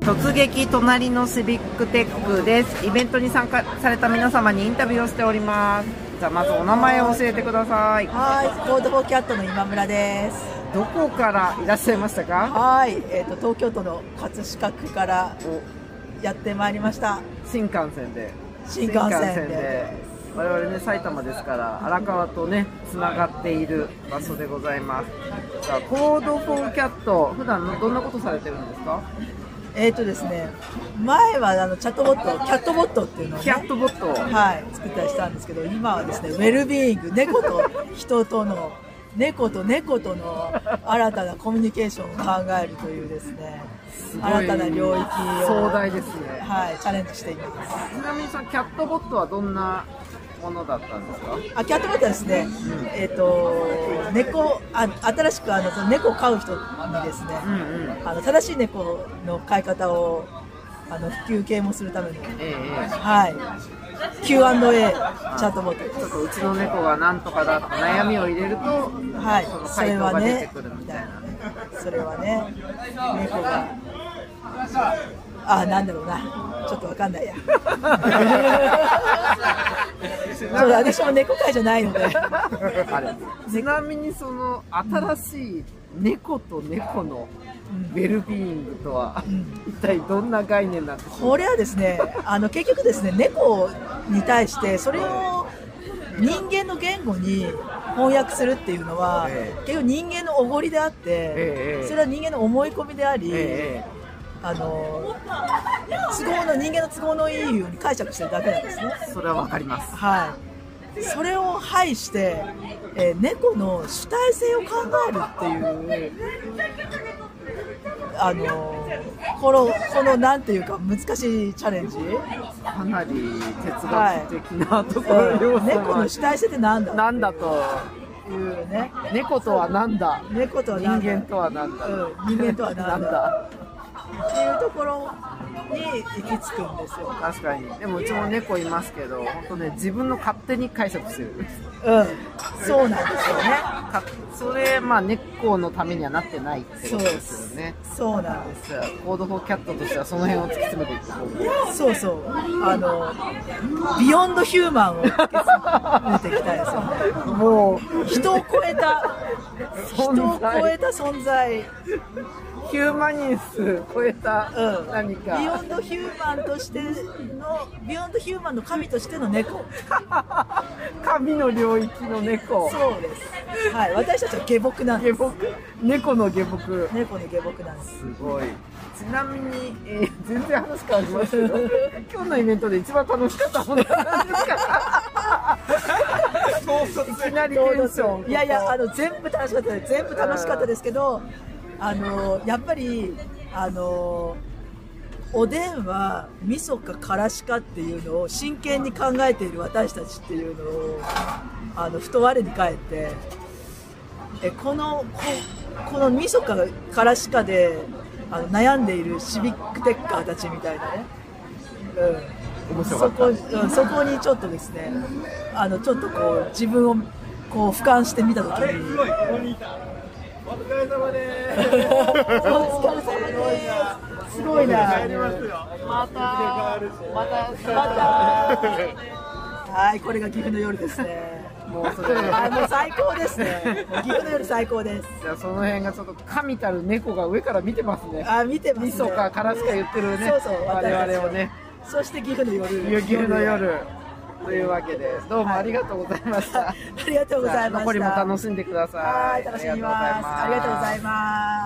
突撃隣のシビックテックですイベントに参加された皆様にインタビューをしておりますじゃあまずお名前を教えてくださいはい、コードフォーキャットの今村です。どこからいらっしゃいましたかはい、えっ、と東京都の葛飾区からおやってまいりました。新幹線で新幹線で我々ね埼玉ですから荒川とねつながっている場所でございますじゃあコードフォーキャット普段どんなことされてるんですかえっ、とですね、前はあのチャットボット、キャットボットっていうのを、キねャ、ットボットはい作ったりしたんですけど、今はですね、ウェルビーイング、猫と人との。猫と猫との新たなコミュニケーションを考えるというですねすごい新たな領域を壮大ですねはい、チャレンジしていますちなみにそのキャットボットはどんなものだったんですかあキャットボットはですね、えっ、と猫あ新しくあのその猫を飼う人にですね、うんうんあの正しい猫の飼い方をあの普及啓蒙するためのええはい Q&A チャットボットでちょっす。とうちの猫がなんとかだって悩みを入れる とはいその、それ回答はが出てねくるみみたたいいなな、それはね、猫が、あ、なんだろうな、ちょっとわかんないや。そうだ私も猫飼いじゃないので。あれちなみにその新しい猫と猫のウェルビーイングとは一体どんな概念なんですかこれはですね、あの結局ですね、猫に対してそれを人間の言語に翻訳するっていうのは、ええ結局人間のおごりであって、ええそれは人間の思い込みであり、えあの都合の人間の都合のいいように解釈してるだけなんですね。えそれはわかりますはい。それを排して、えー猫の主体性を考えるっていう、あのこの、このなんていうか難しいチャレンジ。かなり哲学的なところ要うん素猫はの主体性ってなんだなんだとっていうね猫とはなんだ猫とは人なんだ間とはなんだ、うん人間とはなんだなんだっていうところに行き着くんですよ、確かにでもうちも猫いますけど本当ね自分の勝手に解釈してるうん、そうなんですよねかそれまあ猫のためにはなってないってことですよねそうなんですさあコードフォーキャットとしてはその辺を突き詰めていくそうそうあのビヨンドヒューマンを突き詰めていきたいですよねもう人を超えた人を超えた存在、ヒューマニンス超えたうん、何ビヨか、ンドヒューマンとしてのビヨンドヒューマンの神としての猫神の領域の猫そうですはい私たちは下僕なんで下す僕猫の下僕猫の下僕なんですすごいちなみに、えー全然話変わりますけ ど今日のイベントで一番楽しかったものなんです かいきなりテンションいやいやあの全部楽しかったです全部楽しかったですけどあのやっぱりあのおでんは味噌かからしかっていうのを真剣に考えている私たちっていうのをあのふと我に返ってえこのここの味噌かからしかであの悩んでいるシビックテッカーたちみたいなね、うん、面白かそっこうんそこにちょっとですねあのちょっとこう自分をこう俯瞰してみた時にお疲れ様ですすごいなはいこれが岐阜の夜ですねたもうそれあもう最高ですねもう岐阜の夜最高ですじゃあその辺がちょっと神たる猫が上から見てますね。あ見てますね味噌かからしか言ってるね。そうそう我々をね。そして岐阜の夜夕霧の夜というわけでどうもありがとうございました。ありがとうございました残りも楽しんでください。はい楽しみますありがとうございます